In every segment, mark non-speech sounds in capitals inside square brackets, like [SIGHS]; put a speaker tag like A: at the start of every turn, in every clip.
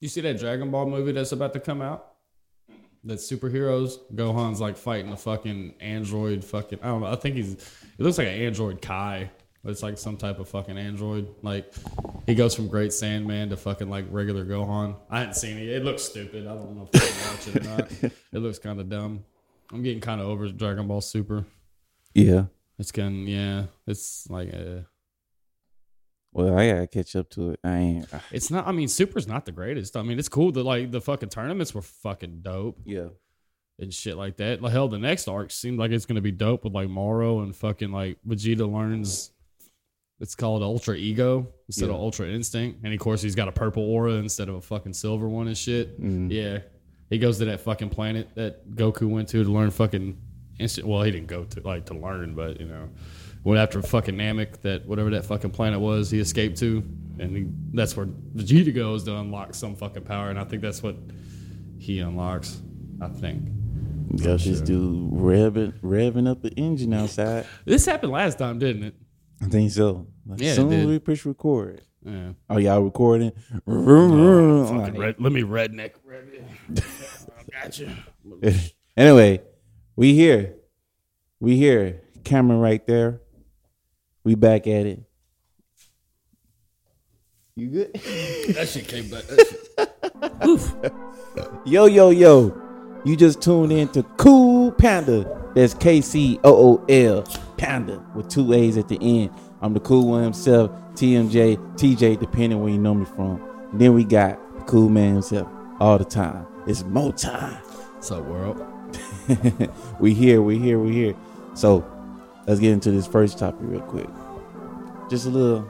A: You see that Dragon Ball movie that's about to come out? That superheroes Gohan's like fighting a fucking android fucking I don't know. I think he's it looks like an android Kai, but it's like some type of fucking android. Like he goes from Great Sandman to fucking like regular Gohan. I hadn't seen it. It looks stupid. I don't know if I can watch it or not. It looks kind of dumb. I'm getting kind of over Dragon Ball Super.
B: Yeah.
A: It's getting yeah. It's like uh,
B: Well, I gotta catch up to it. I ain't.
A: it's not. I mean, Super's not the greatest. I mean, it's cool that like the fucking tournaments were fucking dope.
B: Yeah.
A: and shit like that. Like, hell, the next arc seemed like it's gonna be dope with like Morrow and fucking like Vegeta learns. It's called Ultra Ego instead of
B: Yeah.
A: Ultra Instinct, and of course he's got a purple aura instead of a fucking silver one and shit.
B: Mm.
A: Yeah, he goes to that fucking planet that Goku went to to learn fucking instant. Well, he didn't go to like to learn, but you know, went after fucking Namek that whatever that fucking planet was he escaped to, and he, that's where Vegeta goes to unlock some fucking power, and I think that's what he unlocks. I think.
B: Y'all just do revving, revving up the engine outside.
A: This happened last time, didn't it?
B: I think so. As
A: Yeah, it
B: soon as
A: did.
B: we push record.
A: Yeah.
B: Oh, y'all recording? I'm like,
A: Fucking
B: [LAUGHS]
A: red, let me redneck. redneck. gotcha.
B: anyway, we here. We here. Cameron right there. We back at it. You good?
A: That shit came back. That shit.
B: Yo, yo, yo. You just tuned in to Cool Panda. That's K C O O L Panda with two A's at the end. I'm the cool one himself, TMJ, TJ, depending where you know me from. then we got the cool man himself all the time. It's Mo time.
A: What's up, world?
B: [LAUGHS] we here, we here, we here. So let's get into this first topic real quick. Just a little,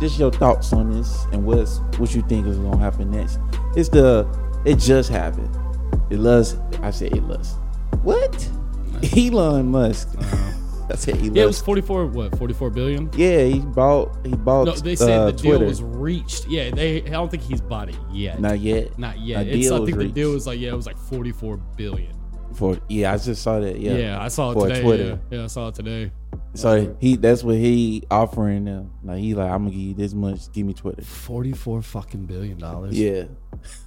B: just your thoughts on this and what's what you think is gonna happen next. It's the it just happened. It loves. I said it loves. What? [LAUGHS] Elon Musk. [LAUGHS] I said Elon.
A: Yeah, Uh-huh. it was 44, what, 44 billion?
B: yeah, he bought. He bought.
A: No, they said
B: uh,
A: the deal
B: Twitter.
A: was reached. Yeah, they. I don't think he's bought it yet.
B: not yet.
A: Not yet.
B: A
A: It's,
B: deal
A: I
B: was
A: think the deal
B: reached.
A: was like, yeah, it was like 44 billion.
B: for. Yeah, I just saw that.
A: Yeah,
B: Yeah.
A: I saw it
B: For
A: today.
B: Twitter.
A: Yeah. yeah, I saw it today.
B: So he. That's what he offering them. Like he like I'm gonna give you this much. Give me Twitter.
A: 44 fucking billion dollars.
B: Yeah. [LAUGHS]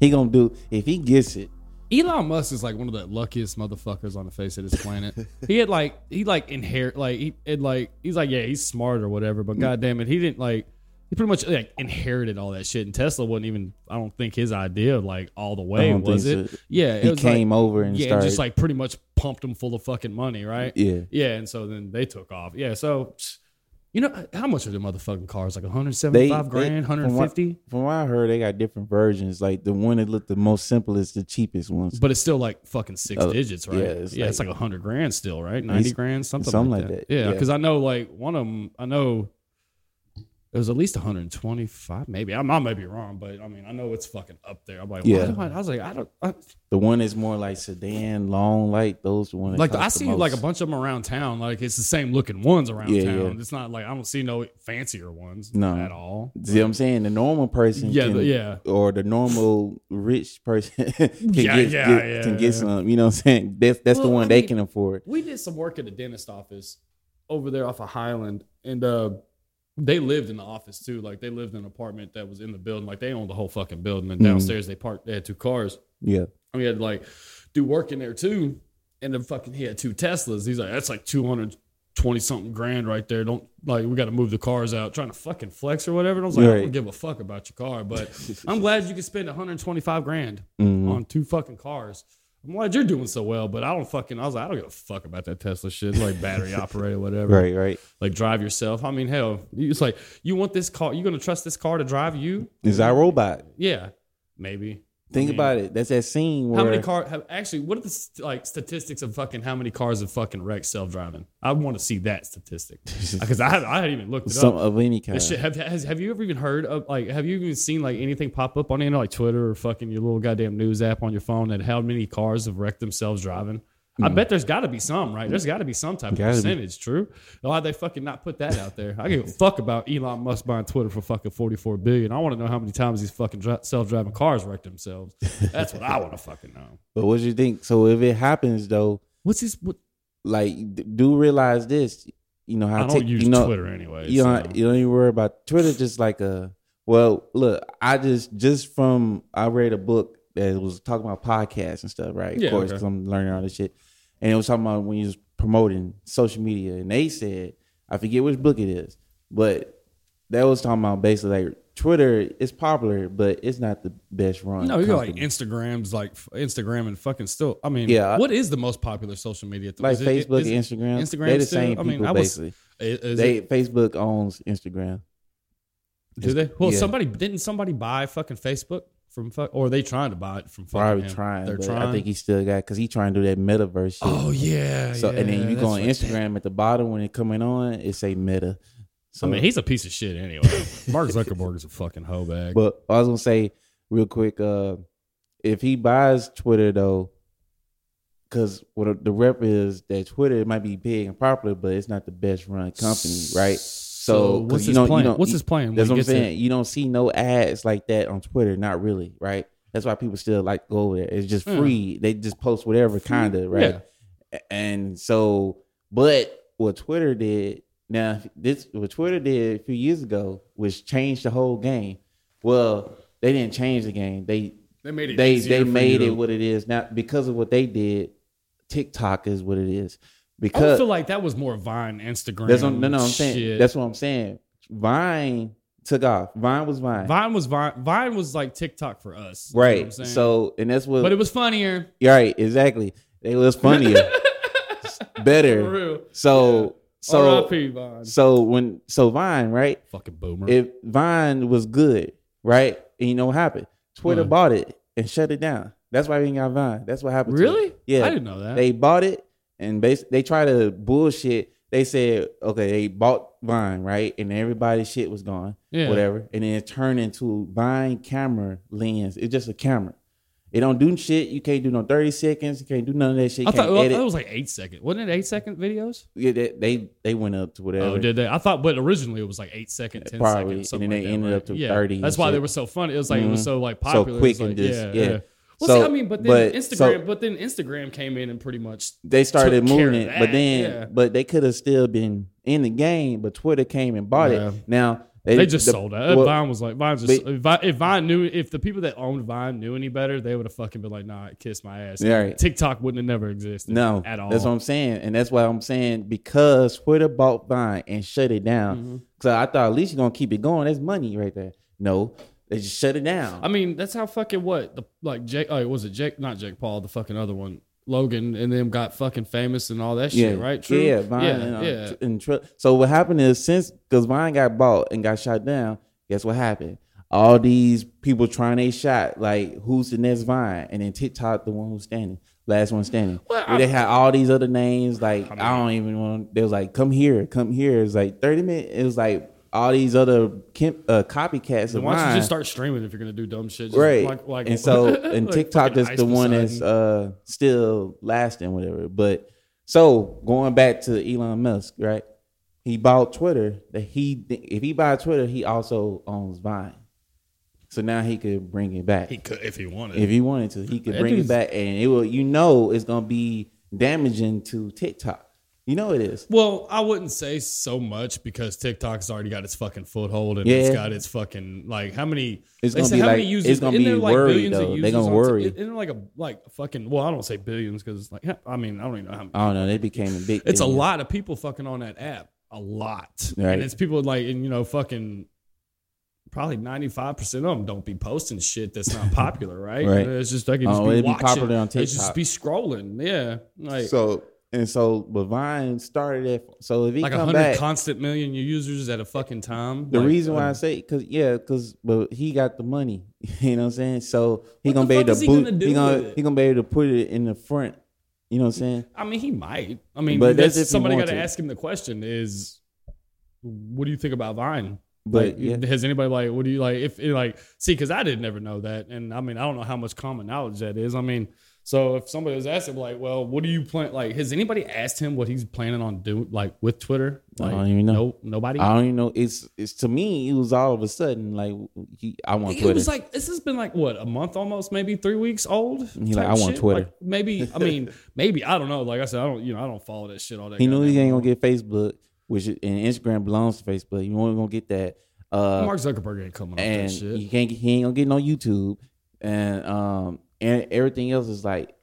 B: he gonna do if he gets it.
A: Elon Musk is like one of the luckiest motherfuckers on the face of this
B: [LAUGHS]
A: planet. he had like he like inherit like he had like he's like yeah he's smart or whatever,
B: Mm.
A: but goddamn it he didn't like he pretty much like inherited all that shit. And Tesla wasn't even I don't think his idea like all the
B: I
A: way
B: don't
A: was
B: think
A: it?
B: so.
A: Yeah, it
B: He
A: was
B: came
A: like,
B: over and
A: yeah, and
B: started.
A: just like pretty much pumped him full of fucking money, right?
B: yeah.
A: yeah, and so then they took off. Yeah, so psh, you know how much are the motherfucking cars like one hundred
B: They,
A: seventy five
B: they-
A: grand,
B: from what-
A: hundred fifty,
B: From what I heard, they got different versions. Like the one that looked the most simple is the cheapest ones.
A: but it's still like fucking six
B: Oh,
A: digits, right?
B: yeah,
A: Yeah,
B: it's
A: it's
B: like-
A: like, a hundred grand still, right? Ninety grand, something,
B: something
A: like,
B: like
A: that.
B: that,
A: Yeah,
B: yeah.
A: because I know like one of them, I know it was at least one hundred and twenty five, maybe. I, I may be wrong, but I mean, I know it's fucking up there. I'm like,
B: Yeah.
A: yeah. I, I was like, I don't I,
B: The one that's more like sedan, long, light. Those the one. that
A: like.
B: cost
A: I
B: the
A: see
B: most.
A: like a bunch of them around town. Like it's the same looking ones around
B: Yeah,
A: town.
B: yeah.
A: It's not like I don't see no fancier ones,
B: No.
A: at all.
B: See what I'm saying? The normal person.
A: Yeah,
B: can-
A: the- yeah.
B: Or the normal rich person [LAUGHS] can
A: Yeah,
B: get,
A: yeah,
B: get-
A: yeah,
B: can get
A: yeah.
B: some. You know what I'm saying? That's that's the
A: Well,
B: one
A: I
B: they
A: mean-
B: can afford.
A: we did some work at the dentist office over there off of Highland, and uh, they lived in the office too. Like they lived in an apartment that was in the building. Like they owned the whole fucking building. And
B: Mhm.
A: downstairs they parked. They had two cars.
B: Yeah.
A: I mean, had to, like do work in there too. And then fucking he had two Teslas. He's like, that's like two hundred twenty something grand right there. Don't like we got to move the cars out, trying to fucking flex or whatever. And I was like, I
B: Right.
A: don't give a fuck about your car, but I'm glad you can spend one hundred twenty five grand
B: Mhm.
A: on two fucking cars. I'm glad you're doing so well, but I don't fucking. I was like, I don't give a fuck about that Tesla shit. It's like
B: [LAUGHS]
A: battery operated, whatever.
B: Right. Right.
A: Like drive yourself. I mean, hell, you- it's like you want this car. You gonna trust this car to drive you?
B: Is our robot?
A: Yeah, maybe.
B: Think
A: I mean,
B: about it. That's that scene where
A: How many car have actually? What are the st- like statistics of fucking how many cars have fucking wrecked self driving? I want to see that
B: [LAUGHS]
A: statistic because I haven't- I hadn't even looked it
B: some
A: up.
B: of any kind.
A: This shit, have, has, have you ever even heard of like have you even seen like anything pop up on the internet like Twitter or fucking your little goddamn news app on your phone that how many cars have wrecked themselves driving? I bet there's got to be some, right? There's got to be some type
B: Mm. Gotta be.
A: of percentage. True. Why they fucking not put that out there? I give a fuck about Elon Musk buying Twitter for fucking 44 billion. I want to know how many times these fucking dri- self-driving cars wreck themselves. That's what I want to fucking know.
B: But what you think? So if it happens though,
A: What's this? What,
B: like d- do realize this, you know how
A: I don't
B: tech-
A: use
B: you know,
A: Twitter anyway.
B: You
A: so-
B: don't, you don't even worry about Twitter. Just like a Well, look, I just just from I read a book that was talking about podcasts and stuff, right?
A: Yeah,
B: of course,
A: okay.
B: because I'm learning all this shit, and it was talking about when you was promoting social media, and they said I forget which book it is, but that was talking about basically like Twitter is popular, but it's not the best run.
A: No, you got like
B: company.
A: Instagrams, like f- Instagram and fucking still. I mean,
B: Yeah.
A: What is the most popular social media? at the-
B: like
A: is it-
B: Facebook,
A: is-
B: and Instagram,
A: Instagram
B: they
A: too?
B: the same
A: I
B: people
A: mean, I was-
B: basically.
A: is- is
B: they
A: it-
B: Facebook owns Instagram.
A: do they? Well,
B: yeah.
A: somebody didn't somebody buy fucking Facebook from fuck, or are they trying to buy it from fucking
B: Probably
A: him?
B: trying,
A: They're
B: but
A: trying.
B: I think he still got because he trying to do that metaverse. Shit.
A: oh yeah.
B: So and then
A: yeah,
B: you go
A: that's
B: on
A: what-
B: Instagram at the bottom when it coming on, it say Meta. So
A: I mean, he's a piece of shit
B: [LAUGHS]
A: anyway. Mark Zuckerberg is a fucking hoe bag.
B: but I was gonna say real quick, uh, if he buys Twitter though, because what the rep is that Twitter might be big and popular, but it's not the best run company, right? So, 'cause
A: what's
B: you
A: his
B: don't- you
A: plan?
B: don't-
A: what's
B: you-
A: his plan? when
B: That's
A: he
B: what I'm
A: gets it?
B: saying. You don't see no ads like that on Twitter, not really, right? That's why people still like go over there. It's just
A: Yeah.
B: free. They just post whatever kind of, right? A- And so, but what Twitter did now, this what Twitter did a few years ago was change the whole game. Well, they didn't change the game. They
A: They made it.
B: they
A: easier
B: they
A: for
B: made
A: you
B: it
A: to-
B: what it is now because of what they did. TikTok is what it is
A: I would
B: because
A: feel like that was more Vine, Instagram.
B: that's what, no no I'm saying
A: shit.
B: that's what I'm saying. Vine took off. Vine was Vine,
A: Vine was Vine. Vine was like TikTok for us, You know what
B: right?
A: I'm saying?
B: so and that's what
A: but it was funnier.
B: right exactly.
A: [LAUGHS]
B: It was funnier,
A: For
B: better.
A: real.
B: So so.
A: R.I.P. Vine.
B: So when so Vine, right?
A: Fucking boomer.
B: If Vine was good, right? And you know what happened? Twitter
A: Huh.
B: bought it and shut it down. That's why we ain't got Vine. That's what happened. to it.
A: really?
B: Yeah.
A: I didn't know that.
B: They bought it and bas- they try to bullshit. They said, okay, they bought Vine, right? And everybody's shit was gone,
A: yeah.
B: whatever. And then it turned into Vine camera lens. It's just a camera. It don't do shit. You can't do no 30 seconds. You can't do none of that shit. You
A: I
B: can't
A: thought, well, I
B: edit.
A: thought it was like eight second. Wasn't it eight second videos?
B: Yeah, they, they they went up to whatever.
A: Oh, did they? I thought, but originally it was like eight second, ten
B: Probably,
A: second,
B: and
A: something
B: then
A: like
B: they
A: that,
B: ended
A: right?
B: up to
A: yeah.
B: 30 and
A: That's why they
B: shit.
A: were so funny. It was like it was
B: Mhm.
A: so like
B: So
A: popular. It was
B: quick and
A: like,
B: just-
A: yeah,
B: yeah.
A: yeah. Well,
B: So,
A: see, I mean, but
B: but-
A: then
B: so-
A: Instagram, but then Instagram came in and pretty much
B: they started
A: took care
B: moving
A: of
B: it, but
A: that,
B: then
A: yeah.
B: but they could have still been in the game, but Twitter came and bought
A: Yeah.
B: it. Now
A: They, just
B: the-
A: sold that.
B: well,
A: Vine was like Vine just
B: but-
A: if Vine, if Vine knew if the people that owned Vine knew any better, they would have fucking been like, nah, kiss my ass.
B: Yeah, right.
A: TikTok wouldn't have never existed.
B: no,
A: at all.
B: That's what I'm saying, and that's why I'm saying because Twitter bought Vine and shut it down.
A: Mm-hmm.
B: So I thought at least you're gonna keep it going. That's money right there. No, they just shut it down.
A: I mean, that's how fucking what the like Jake like was it Jake not Jake Paul, the fucking other one, Logan, and them got fucking famous and all that shit, right? True.
B: Yeah, Vine.
A: yeah,
B: and, uh,
A: yeah.
B: tr- and tr- so what happened is since because Vine got bought and got shot down, guess what happened? All these people trying they shot like who's the next Vine, and then TikTok the one who's standing, last one standing.
A: Well,
B: Where they had all these other names like I,
A: mean-
B: don't even want. They was like come here, come here. It's like thirty minutes. It was like all these other Kim, uh, copycats of
A: Why don't
B: Vine
A: you just start streaming if you're gonna do dumb shit? Just
B: right?
A: Like, like, [LAUGHS]
B: and so and
A: like
B: TikTok
A: fucking
B: is
A: Ice
B: the one
A: Poseidon.
B: that's uh still lasting, whatever. But so going back to Elon Musk, right? He bought Twitter. That he if he buys Twitter, he also owns Vine. So now he could bring it back
A: he could if he wanted.
B: if he wanted to. He could
A: That
B: bring it
A: dude's-
B: back, and it will. You know, it's gonna be damaging to TikTok. You know it is.
A: Well, I wouldn't say so much because TikTok's already got its fucking foothold and
B: Yeah.
A: it's got its fucking like how many?
B: It's
A: they
B: gonna
A: say
B: be
A: how
B: like-
A: many users?
B: it's gonna
A: isn't
B: be
A: there like
B: worried,
A: billions
B: though.
A: Of
B: They
A: users
B: gonna
A: on Tik-
B: worry.
A: Isn't there like a like fucking? Well, I don't say billions because like I mean I don't even know how. many.
B: I don't know. They became a big.
A: It's a
B: thing.
A: lot of people fucking on that app. A lot,
B: Right.
A: and it's people like and you know fucking. Probably ninety five percent of them don't be posting shit that's
B: [LAUGHS]
A: not popular, right?
B: Right.
A: And It's just they can just
B: Oh,
A: be
B: it'd be
A: watching.
B: popular on
A: They just
B: TikTok.
A: be scrolling, yeah. Like
B: So and so, but Vine started it. So if he
A: like
B: come
A: hundred
B: back,
A: constant million users at a fucking time.
B: The
A: Like,
B: reason why
A: uh,
B: I say, cause yeah, cause but he got the money. [LAUGHS] You know what I'm saying? So he
A: What
B: gonna
A: the
B: be
A: fuck
B: able
A: is
B: to
A: he
B: boot.
A: gonna do
B: he gonna
A: with it?
B: he gonna be able to put it in the front. You know what I'm saying?
A: I mean, he might. I mean,
B: But that's
A: that's,
B: if he
A: somebody
B: wants
A: got to
B: to.
A: ask him the question: Is what do you think about Vine? like,
B: But yeah,
A: has anybody like what do you like? If like, see, because I didn't ever know that, and I mean, I don't know how much common knowledge that is. I mean, so if somebody was asking, like, well, what do you plan? Like, has anybody asked him what he's planning on doing, like with Twitter?
B: I
A: Like,
B: don't even know.
A: No, nobody.
B: I don't even know. It's it's to me. It was all of a sudden like he, I want
A: it
B: Twitter.
A: was like this has been like what a month almost, maybe three weeks old.
B: He like,
A: type
B: I want
A: shit.
B: Twitter.
A: Like, maybe I mean, [LAUGHS] maybe I don't know. Like I said, I don't you know I don't follow that shit all that.
B: he knew he
A: goddamn
B: ain't
A: long.
B: gonna get Facebook, which is- and Instagram belongs to Facebook. You only gonna get that. Uh,
A: Mark Zuckerberg ain't coming up
B: and
A: that shit.
B: you can't he ain't gonna get no YouTube, and um and everything else is like,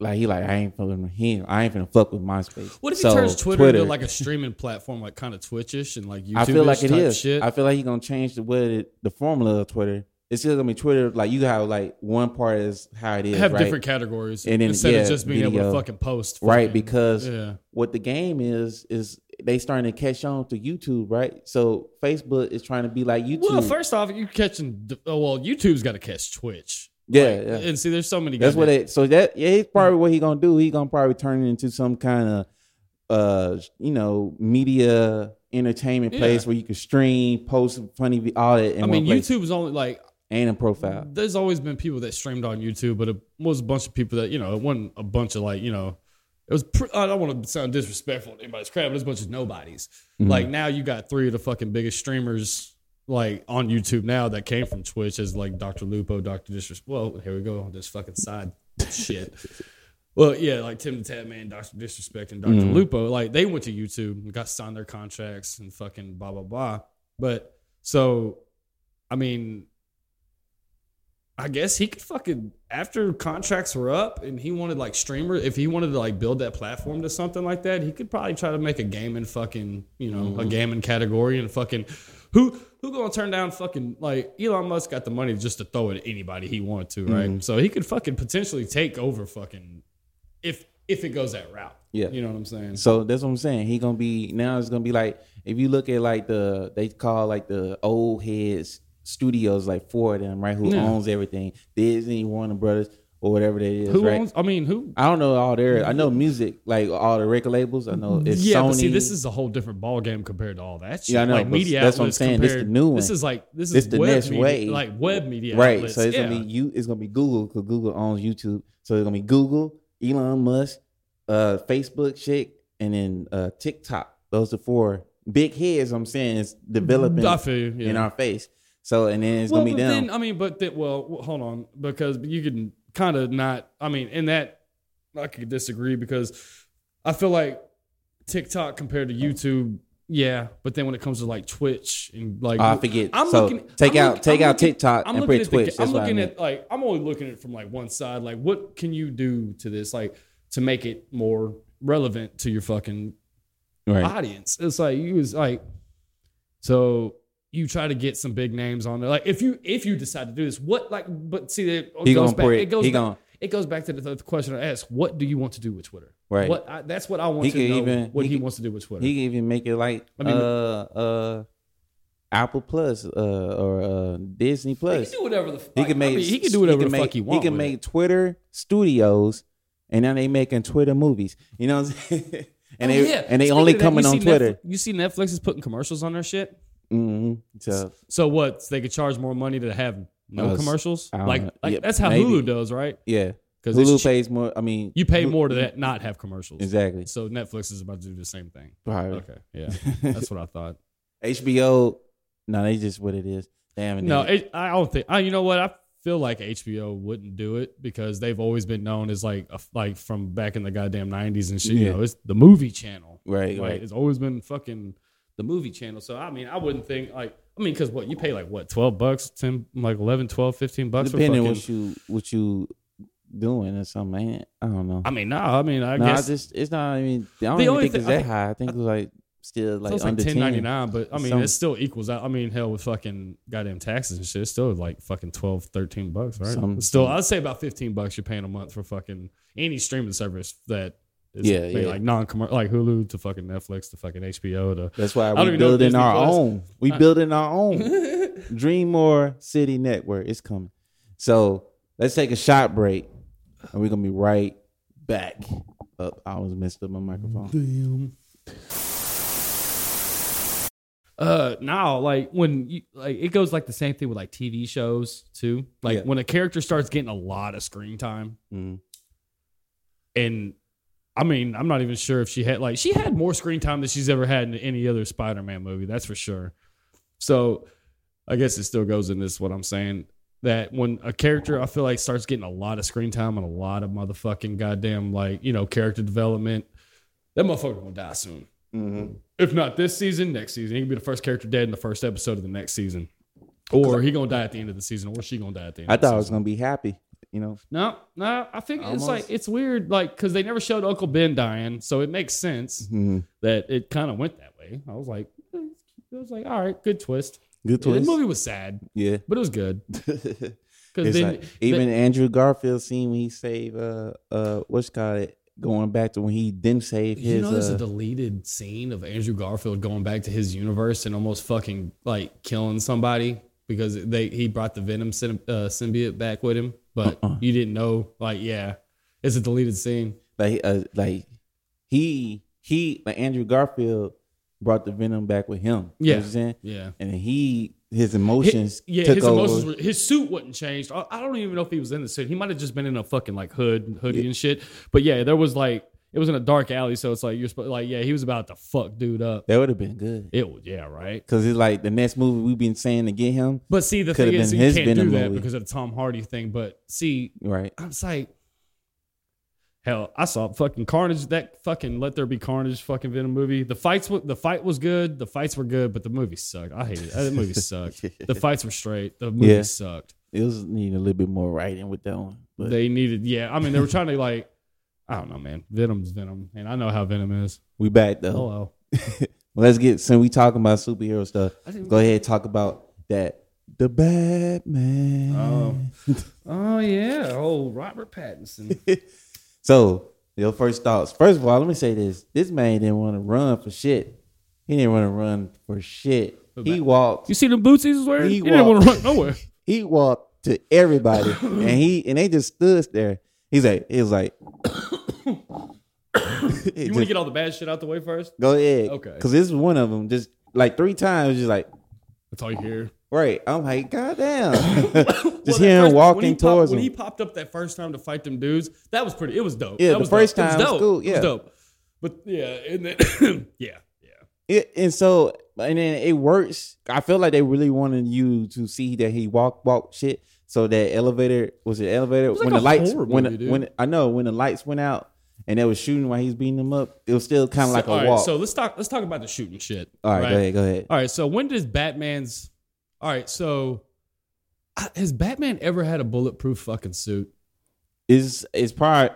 B: like he like I ain't fucking him. I ain't finna fuck with MySpace.
A: what if
B: So,
A: he turns Twitter, into like a streaming platform, like kind of Twitchish and like YouTube?
B: I feel like it
A: type
B: is.
A: Shit.
B: I feel like he's gonna change the way that- the formula of Twitter. It's still gonna be Twitter. Like you have like one part is how it is,
A: have
B: right?
A: different categories
B: And then,
A: instead
B: yeah,
A: of just being able
B: video.
A: to fucking post.
B: right?
A: fucking-
B: Because
A: yeah,
B: what the game is is they starting to catch on to YouTube, right? So Facebook is trying to be like YouTube.
A: well, first off, you catching. Oh well, YouTube's got to catch Twitch.
B: yeah,
A: Like,
B: yeah.
A: And see, there's so many.
B: That's what
A: goddamn-
B: it. So that yeah, he's probably what he gonna do. He gonna probably turn it into some kind of uh you know media entertainment
A: Yeah.
B: place where you can stream, post funny, vi- all that. In
A: I mean,
B: one place
A: YouTube's only like
B: and a profile.
A: There's always been people that streamed on YouTube, but it was a bunch of people that you know. It wasn't a bunch of like you know. It was. Pre- I don't want to sound disrespectful to anybody's crap, but it's a bunch of nobodies.
B: Mm-hmm.
A: Like now, you got three of the fucking biggest streamers like on YouTube now that came from Twitch as like Dr. Lupo, Dr. Disrespect. Well, here we go on this fucking side [LAUGHS] shit. Well, yeah, like Tim the Tatman, Dr. Disrespect, and doctor Lupo, like they went to YouTube and got signed their contracts and fucking blah blah blah. But so, I mean, I guess he could fucking after contracts were up and he wanted like streamer if he wanted to like build that platform to something like that, he could probably try to make a gaming fucking, you know,
B: Mm-hmm.
A: a gaming category and fucking who who gonna turn down fucking like Elon Musk got the money just to throw it at anybody he wanted to, right?
B: Mm-hmm.
A: So he could fucking potentially take over fucking if if it goes that route.
B: Yeah.
A: You know what I'm saying?
B: So that's what I'm saying. He gonna be now. It's gonna be like if you look at like the they call like the old heads studios, like four of them, right? Who
A: Yeah.
B: owns everything? Disney, Warner Brothers, or whatever that is.
A: Who
B: right?
A: owns I mean who
B: I don't know all their. I know music, like all the record labels. I know it's
A: yeah,
B: Sony.
A: but see, this is a whole different ball game compared to all that shit.
B: Yeah, I know,
A: Like
B: but
A: media
B: that's what I'm
A: outlets
B: saying. This the
A: Compared,
B: new
A: This
B: one.
A: is like this is
B: This the
A: web
B: next
A: media,
B: wave.
A: like web media,
B: right.
A: Outlets.
B: So it's
A: yeah.
B: gonna be you. It's gonna be Google because Google owns YouTube. So it's gonna be Google, Elon Musk, uh, Facebook, shit, and then uh, TikTok. Those are four big heads. I'm saying it's developing
A: Mm-hmm. I feel you. Yeah.
B: in our face. So and then it's
A: well,
B: gonna be
A: but
B: them.
A: then I mean, but then, well, w- hold on, because you can kind of not. I mean, in that I could disagree because I feel like TikTok compared to YouTube, yeah. But then when it comes to like Twitch and like,
B: Oh, I forget.
A: I'm
B: so
A: looking.
B: take
A: I'm
B: out
A: look-
B: take
A: I'm
B: out
A: looking-
B: TikTok
A: I'm
B: and
A: looking
B: put
A: at the,
B: Twitch.
A: I'm
B: That's what I
A: looking
B: meant.
A: at like I'm only looking at it from like one side. Like, what can you do to this? Like, to make it more relevant to your fucking
B: right.
A: audience. It's like you was like, so you try to get some big names on there. Like if you if you decide to do this, what like but see it
B: He
A: goes
B: gonna
A: back.
B: put
A: It goes
B: he
A: back,
B: gonna
A: it goes back to the, the question I asked. What do you want to do with Twitter?
B: Right.
A: What I, that's what I want
B: He
A: to
B: could
A: know.
B: even-
A: what
B: he
A: he,
B: could-
A: wants to do with Twitter.
B: He can even make it like
A: I mean-
B: uh uh Apple Plus uh or uh Disney
A: He
B: Plus.
A: can do whatever the fuck.
B: He can make
A: I mean, he can do whatever
B: can
A: the
B: make,
A: fuck he wants.
B: He can make Twitter studios and now they making Twitter movies. You know what I'm saying? [LAUGHS] and
A: Oh,
B: they and they only coming on Twitter.
A: you see Netflix is putting commercials on their shit.
B: hmm So
A: So what? They could charge more money to have no
B: Us.
A: commercials.
B: I don't
A: Like,
B: know.
A: like
B: Yeah,
A: that's how
B: maybe.
A: Hulu does, right?
B: yeah.
A: 'Cause it's
B: Hulu
A: cheap.
B: pays more I mean
A: You pay more to that not have commercials.
B: Exactly.
A: So Netflix is about to do the same thing.
B: Probably.
A: Okay,
B: [LAUGHS]
A: yeah, that's what I thought.
B: HBO no, they just what it is. Damn it.
A: No,
B: nigga.
A: it, I don't think. I, you know what? I feel like HBO wouldn't do it because they've always been known as like a, like from back in the goddamn nineties and shit.
B: Yeah.
A: You know, it's the movie channel.
B: right,
A: Like
B: right.
A: it's always been fucking the movie channel. So I mean, I wouldn't think like. I mean, because what you pay like what twelve bucks, ten like 11, 12, 15 bucks
B: Depending
A: for fucking.
B: on what you what you doing or something. I ain't- I don't know.
A: I mean, nah. I mean, I
B: no,
A: guess
B: I just it's not. I mean, I don't
A: The
B: even
A: only
B: think
A: thing-
B: it's
A: I
B: that
A: think-
B: high. I think it was like still like
A: So it's like
B: under
A: ten ninety
B: ten.
A: nine, but I mean
B: Some-
A: it still equals out. I mean, hell with fucking goddamn taxes and shit, it's still like fucking 12, 13 bucks, right?
B: Some-
A: still I'd say about fifteen bucks you're paying a month for fucking any streaming service that is
B: Yeah,
A: made,
B: yeah.
A: like non commercial like Hulu to fucking Netflix to fucking HBO
B: [LAUGHS]
A: to
B: That's why
A: I don't
B: we
A: even know if
B: building
A: Disney
B: our
A: Plus-
B: own. We building our own. Dream more city network. It's coming. So let's take a shot break, and we're gonna be right back. Up, I almost messed up my
A: [LAUGHS]
B: microphone.
A: Damn. Uh, now like when you like it goes like the same thing with like TV shows too. Like
B: Yeah.
A: when a character starts getting a lot of screen time,
B: Mhm.
A: and I mean, I'm not even sure if she had like she had more screen time than she's ever had in any other Spider-Man movie. That's for sure. So I guess it still goes in this what I'm saying that when a character I feel like starts getting a lot of screen time and a lot of motherfucking goddamn like you know character development, that motherfucker gonna die soon.
B: Mm-hmm.
A: If not this season, next season. He could be the first character dead in the first episode of the next season. Or he gonna die at the end of the season, or she gonna die at the end.
B: I
A: of the
B: thought I was
A: season.
B: gonna be happy. You know,
A: no, no. I think it's like
B: Almost.
A: it's weird, like because they never showed Uncle Ben dying, so it makes sense
B: Mhm.
A: that it kind of went that way. I was like, eh, I was like, all right, good twist.
B: good
A: Yeah,
B: twist.
A: the movie was sad,
B: Yeah,
A: but it was good [LAUGHS]
B: it's
A: because then
B: like, even Andrew Garfield scene when he saved uh uh what's it called it going back to when he didn't save
A: you
B: his
A: know there's a
B: uh,
A: deleted scene of Andrew Garfield going back to his universe and almost fucking like killing somebody because they he brought the Venom sym- uh, symbiote back with him, but
B: Uh-uh.
A: you didn't know. Like, yeah, it's a deleted scene.
B: like uh, like he he like Andrew Garfield brought the venom back with him. You know
A: Yeah.
B: what I'm saying?
A: Yeah.
B: and he his
A: Hi-
B: emotions
A: yeah,
B: took
A: his
B: over.
A: emotions. Were, his suit wasn't changed. I, I don't even know if he was in the suit. He might have just been in a fucking like hood, hoodie and shit. But yeah, there was like it was in a dark alley, so it's like you're supposed like yeah, he was about to fuck dude up.
B: that would have been good
A: It was yeah, right.
B: because it's like the next movie we've been saying to get him
A: But see, the
B: Could have
A: thing is,
B: been
A: you
B: his
A: can't
B: Venom
A: do that
B: movie.
A: because of the Tom Hardy thing. But see,
B: right.
A: I'm just like, hell, I saw fucking Carnage. That fucking Let There Be Carnage fucking Venom movie. The fights, wa- the fight was good. The fights were good, but the movie sucked. I hated it. That
B: [LAUGHS]
A: movie sucked. The fights were straight. The movie
B: Yeah.
A: sucked.
B: It was needing a little bit more writing with that one, but
A: They needed, yeah. I mean, they were trying to like, I don't know, man. Venom's Venom, and I know how Venom is.
B: we back though.
A: Hello.
B: Let's get since we talking about superhero stuff.
A: I didn't-
B: Go ahead and talk about that. The Batman. [LAUGHS]
A: Oh. Oh yeah, oh Robert Pattinson.
B: So your first thoughts. First of all, let me say this: this man didn't want to run for shit. He didn't want to run for shit. He
A: Bat- [LAUGHS]
B: walked.
A: You see the boots he was wearing?
B: He
A: He, didn't want
B: walked-
A: to run nowhere.
B: he walked to
A: [COUGHS]
B: everybody and he and they just stood there. He's like, he was like, [COUGHS]
A: You want to get all the bad shit out the way first?
B: go ahead,
A: Okay.
B: Because this is one of them. Just like three times, just like
A: That's all you hear.
B: right. I'm like,
A: [COUGHS]
B: god damn.
A: Well,
B: [COUGHS] just
A: that
B: hearing
A: first- when he
B: walking
A: popped-
B: towards
A: when he
B: him.
A: popped up that first time to fight them dudes, that was pretty. It was dope.
B: Yeah,
A: That
B: the
A: was
B: first
A: dope.
B: time
A: it
B: was
A: was dope.
B: cool,
A: it
B: yeah.
A: was dope. But yeah, and then [COUGHS] yeah, yeah.
B: It- and so and then it works. I feel like they really wanted you to see that he walk walk shit. So that elevator was it elevator
A: was
B: when
A: like
B: the
A: a
B: lights
A: horror
B: when
A: movie,
B: when I know when the lights went out and they was shooting while he's beating him up. It was still kind of like
A: so, all
B: a
A: right,
B: walk.
A: so let's talk. Let's talk about the shooting shit.
B: all right, go ahead, go ahead.
A: All right. So when does Batman's? All right. So I- has Batman ever had a bulletproof fucking suit?
B: is is probably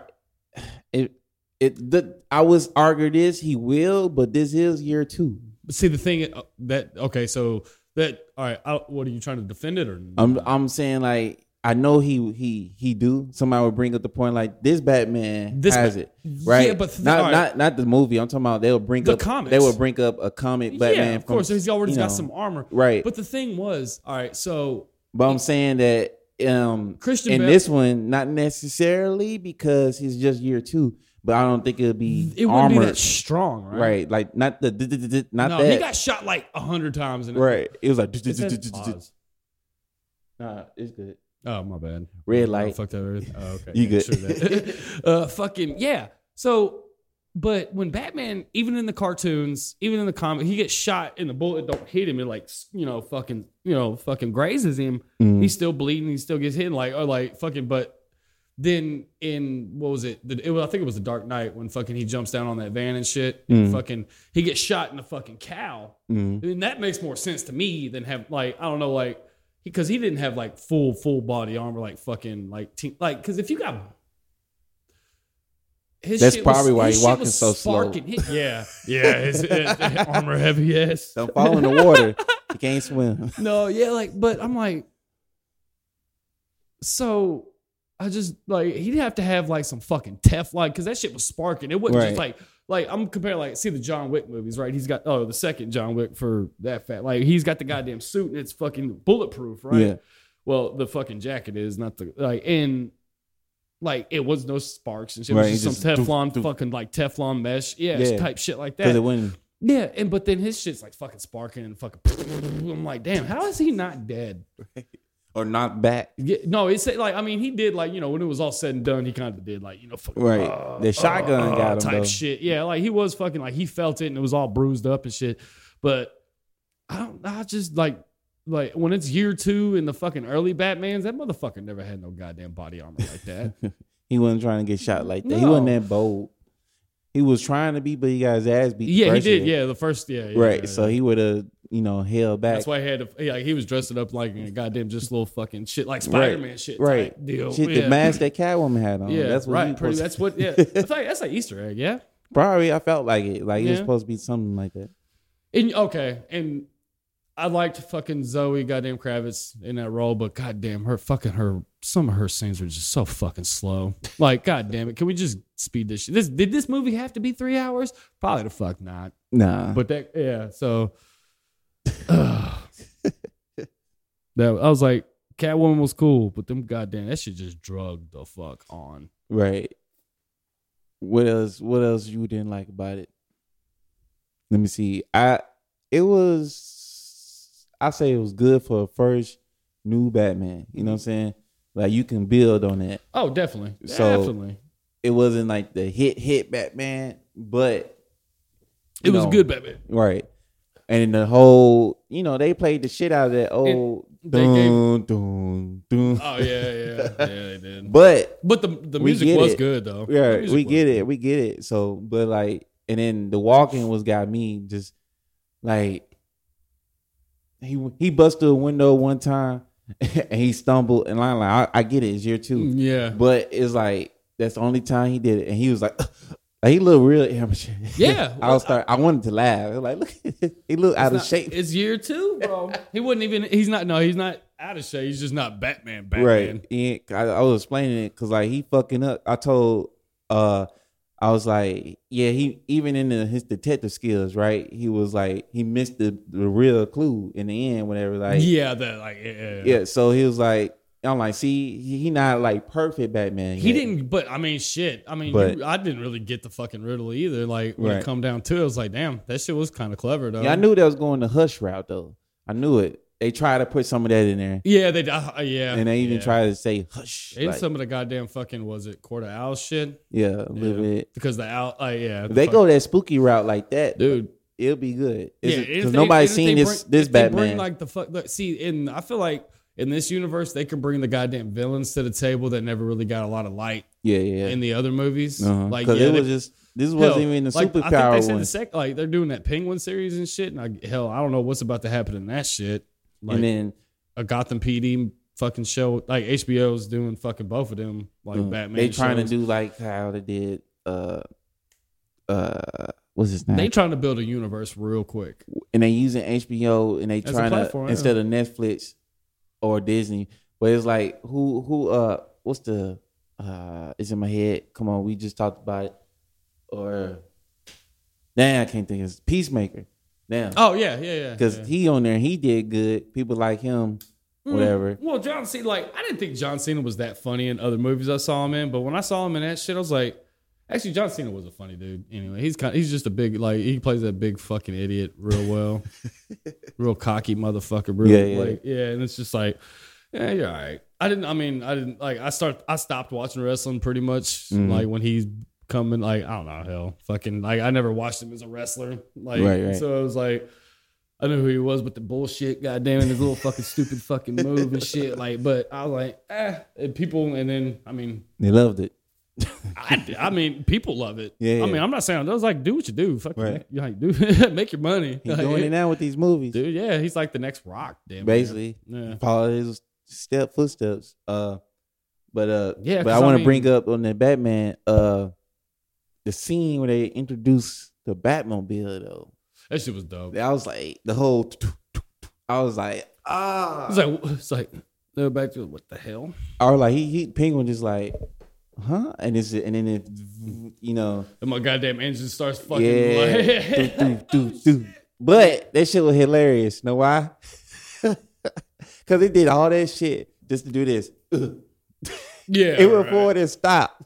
B: [SIGHS] it it the I was argue this he will, but this is year two.
A: But see the thing uh, that okay. So that all right. I, what are you trying to defend it or?
B: I'm I'm saying like I know he he he do. Somebody would bring up the point like this Batman
A: This
B: has
A: Bat-
B: it right.
A: Yeah, but th-
B: not
A: all right.
B: not not the movie. I'm talking about they'll bring
A: The
B: up
A: comics.
B: They will bring up a comic Batman.
A: yeah, of
B: from,
A: course. He's already
B: you
A: got
B: know,
A: some armor.
B: right. But,
A: But the thing was, all right. So
B: I'm saying that um
A: Christian
B: in
A: Bale-
B: this one not necessarily because he's just year two. But I don't think it'll be
A: it wouldn't
B: armor.
A: be that strong, right?
B: Right, like not the d- d- d- d- not
A: no,
B: that.
A: he got shot like a hundred times. And
B: Right. It was like
A: It says pause.
B: nah, it's good.
A: Oh my bad.
B: Red
A: Oh,
B: light.
A: fucked up. everything. Oh, okay.
B: [LAUGHS] You
A: yeah,
B: good.
A: sure that. [LAUGHS] uh, fucking yeah. So, but when Batman, even in the cartoons, even in the comic, he gets shot and the bullet don't hit him. It like you know fucking you know fucking grazes him.
B: Mm-hmm.
A: He's still bleeding. He still gets hit. Like or like fucking. But then in what was it? The- it was, I think it was the Dark Knight when fucking he jumps down on that van and shit. And
B: Mm.
A: fucking he gets shot in the fucking cow.
B: Mm.
A: And that makes more sense to me than have like I don't know like because he didn't have like full full body armor like fucking like te- like because if you got his
B: That's
A: shit
B: probably why
A: his
B: he
A: shit
B: walking
A: was
B: so slow.
A: sparking. He- yeah, yeah, his, his- his armor heavy ass.
B: Don't fall in
A: [LAUGHS]
B: the water. You can't swim. [LAUGHS]
A: No, yeah, like, but I'm like, so I just like he'd have to have like some fucking Teflon because that shit was sparking. It wasn't just like like I'm comparing like see the John Wick movies, right? He's got oh the second John Wick for that fat like he's got the goddamn suit and it's fucking bulletproof, right?
B: Yeah.
A: Well, the fucking jacket is not the like and. Like it was no sparks and shit.
B: Right,
A: it was
B: he
A: just some
B: just doof,
A: Teflon,
B: doof.
A: fucking like Teflon mesh, yeah,
B: Yeah.
A: type shit like that.
B: Because it wouldn't.
A: Yeah, and but then his shit's like fucking sparking and fucking. [LAUGHS] I'm like, damn, how is he not dead?
B: Or not back.
A: Yeah, no, it's like I mean, he did like you know when it was all said and done, he kind of did like you know fucking
B: Right.
A: uh,
B: the shotgun
A: uh,
B: got him.
A: type
B: though.
A: shit. Yeah, like he was fucking like he felt it and it was all bruised up and shit. But I don't. I just like like when it's year two in the fucking early Batman's, that motherfucker never had
B: [LAUGHS]
A: no goddamn body armor like that.
B: He wasn't trying to get shot like that. He wasn't
A: No.
B: that bold. He was trying to be, but he got his ass beat.
A: Yeah, he
B: first
A: did.
B: year.
A: Yeah, the first. Yeah, yeah,
B: Right.
A: yeah,
B: So he would have, you know, held back.
A: That's why he had to. Yeah, he was dressing up like a goddamn just little fucking shit, like Spider Man shit.
B: Right.
A: type deal.
B: Shit,
A: yeah.
B: the mask that Catwoman had on.
A: Yeah,
B: that's what he
A: right.
B: was
A: Pretty,
B: supposed-
A: that's
B: [LAUGHS]
A: what. Yeah, that's like that's like Easter egg. Yeah.
B: probably. I felt like it. Like it was
A: Yeah.
B: supposed to be something like that.
A: And okay, and I liked fucking Zoe goddamn Kravitz in that role, but goddamn her fucking her some of her scenes were just so fucking slow. Like goddamn it, can we just speed this shit? This did this movie have to be three hours? Probably the fuck not.
B: Nah.
A: [LAUGHS] But that yeah, so [SIGHS] that I was like Catwoman was cool, but them goddamn that shit just drugged the fuck on.
B: Right. What else? What else you didn't like about it? Let me see. I it was. I say it was good for a first new Batman. You know what I'm saying? Like you can build on that.
A: Oh, definitely,
B: So-
A: definitely.
B: It wasn't like the hit hit Batman, but
A: It was
B: no.
A: good, Batman.
B: right. And the whole, you know, they played the shit out of that old
A: they gave-
B: dun, dun, dun.
A: Oh yeah, yeah, yeah. They did.
B: [LAUGHS] But
A: But the the
B: We
A: music
B: get
A: was
B: it.
A: good though. The
B: Yeah,
A: music
B: we
A: was
B: get
A: good.
B: it. We get it. So, but like, and then the walking was got me just like he he busted a window one time [LAUGHS] and he stumbled and I'm like, I, I get it. It's year two,
A: Mm, Yeah.
B: but it's like that's the only time he did it, and he was like. [LAUGHS] like, He looked real amateur.
A: Yeah,
B: [LAUGHS] I was start. I wanted to laugh. I was Like, [LAUGHS] look, he looked out of
A: Not-
B: shape.
A: It's year two, bro. he wouldn't even. He's not. No, he's not out of shape. He's just not Batman. Batman.
B: Right. And I, I was explaining it because like he fucking up. I told uh I was like, yeah, he even in the, his detective skills, right? He was like he missed the, the real clue in the end, whatever. Like
A: yeah. That like. Yeah.
B: yeah, so he was like, I'm like, see, he, he not like perfect Batman.
A: He
B: yet.
A: didn't. But I mean, shit. I mean,
B: But-
A: you- I didn't really get the fucking riddle either. Like when it
B: Right.
A: come down to it, I was like, damn, that shit was kind of clever though.
B: Yeah, I knew that was going the hush route though. I knew it. They tried to put some of that in there.
A: Yeah. They. Uh, yeah.
B: And they even
A: yeah.
B: tried to say hush.
A: And
B: like,
A: some of the goddamn fucking was it quarter owl shit
B: yeah, a little
A: Yeah.
B: bit.
A: because the owl. Uh, yeah.
B: If
A: the
B: they
A: fuck-
B: go that spooky route like that,
A: dude.
B: it'll be good.
A: Yeah, and if
B: Because
A: they-
B: nobody's
A: and if they
B: seen this
A: bring-
B: this
A: if they bring,
B: Batman.
A: like the fuck. Look, see, in I feel like in this universe they could bring the goddamn villains to the table that never really got a lot of light
B: yeah, yeah.
A: in the other movies.
B: uh
A: Like
B: Cause
A: yeah,
B: it was
A: they-
B: just this
A: hell,
B: wasn't even the
A: like, I think
B: superpower
A: they said
B: one.
A: the sec- like they're doing that Penguin series and shit. And I, hell, I don't know what's about to happen in that shit. Like
B: and then
A: a Gotham PD fucking show. Like HBO's doing fucking both of them. Like
B: uh,
A: Batman.
B: they trying
A: shows.
B: to do like how they did uh uh what's his name?
A: They trying to build a universe real quick.
B: and they using HBO and they
A: As a
B: trying
A: platform,
B: to
A: yeah.
B: instead of Netflix or Disney. But it's like who who uh what's the uh it's in my head. Come on, we just talked about it. Or now I can't think. It's Peacemaker. Now
A: Oh yeah, yeah, yeah.
B: because
A: yeah.
B: he on there, he did good. People like him, whatever.
A: Well, John Cena, like I didn't think John Cena was that funny in other movies I saw him in, but when I saw him in that shit, I was like, actually, John Cena was a funny dude. Anyway, he's kind, he's just a big like he plays that big fucking idiot real
B: [LAUGHS]
A: well, real cocky motherfucker, real
B: Yeah, yeah.
A: like yeah, and it's just like yeah, you're all right. I didn't. I mean, I didn't like. I start. I stopped watching wrestling pretty much.
B: Mhm.
A: Like when he's coming, like I don't know, hell, fucking like I never watched him as a wrestler. Like
B: Right, right.
A: so, it was like. I knew who he was, but the bullshit, goddamn, his little fucking stupid fucking move and shit. Like, but I was like, eh. And people, and then I mean,
B: They loved it.
A: I, I mean, people love it.
B: Yeah, yeah.
A: I mean, I'm not saying I was like, do what you do, fucking,
B: Right.
A: you like, do [LAUGHS] make your money.
B: He's
A: Like,
B: doing it now with these movies.
A: dude. Yeah, he's like the next Rock, damn. near.
B: basically,
A: yeah.
B: follow his step footsteps. Uh, but uh,
A: Yeah,
B: But
A: 'cause
B: I
A: I
B: want to
A: mean-
B: bring up on the Batman. Uh, the scene where they introduce the Batmobile though.
A: that shit was dope.
B: I was like the whole. I was like ah.
A: It's like, it's like, they're back to what the hell?
B: I was like he, he penguin just like. Huh? And it's and then it, you know,
A: And my goddamn engine starts fucking.
B: yeah,
A: like- [LAUGHS]
B: do, do, do, do. But that shit was hilarious. Know why? [LAUGHS] Because they did all that shit just to do this.
A: yeah,
B: it went
A: right.
B: forward and stopped.